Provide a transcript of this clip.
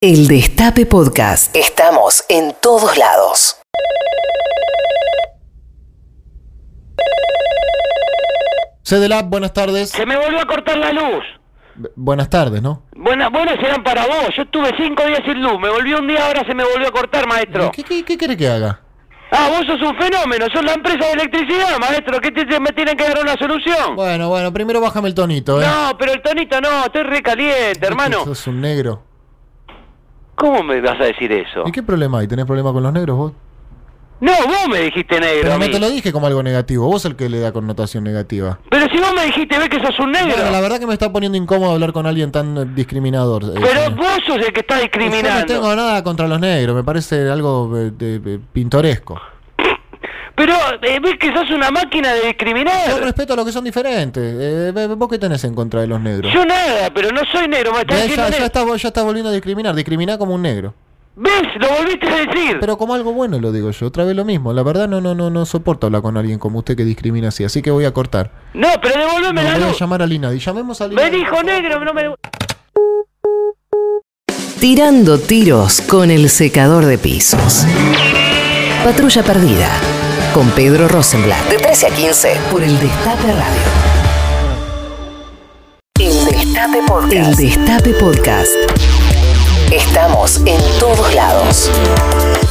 El Destape Podcast. Estamos en todos lados. CDLab, buenas tardes. Se me volvió a cortar la luz. B- Buenas tardes, ¿no? Buenas, buenas eran para vos. Yo estuve cinco días sin luz. Me volvió un día, ahora se me volvió a cortar, maestro. ¿Qué, qué, qué quiere que haga? Ah, vos sos un fenómeno. Sos la empresa de electricidad, maestro. ¿Qué te, te- me tienen que dar una solución? Bueno, bueno, primero bájame el tonito, ¿eh? No, pero el tonito no. Estoy recaliente, hermano. Sos un negro. ¿Cómo me vas a decir eso? ¿Y qué problema hay? ¿Tenés problema con los negros vos? No, vos me dijiste negro. Pero a no mí. te lo dije como algo negativo, vos el que le da connotación negativa. Pero si vos me dijiste, ve que sos un negro. Bueno, la verdad que me está poniendo incómodo hablar con alguien tan eh, discriminador. eh, Pero eh. vos sos el que está Yo no discriminando. tengo nada contra los negros, me parece algo eh, de- de- pintoresco. Pero eh, ves que sos una máquina de Yo discriminar. respeto a los que son diferentes. eh, ve- ve- ¿Vos qué tenés en contra de los negros? Yo nada, pero no soy negro. Me estás Ya, diciendo ya, ya negro. estás ya estás volviendo a discriminar, discriminar como un negro. ¿Ves? Lo volviste a decir. Pero como algo bueno lo digo yo, otra vez lo mismo. La verdad no no no no soporto hablar con alguien como usted que discrimina así, así que voy a cortar. No, pero devolveme No, la voy a luz. llamar a Lina y llamemos a Lina. Me dijo negro, no me... Tirando tiros con el secador de pisos. Patrulla perdida. Con Pedro Rosenblatt. De 13 a 15. Por el Destape Radio. El Destape Podcast. El Destape Podcast. Estamos en todos lados.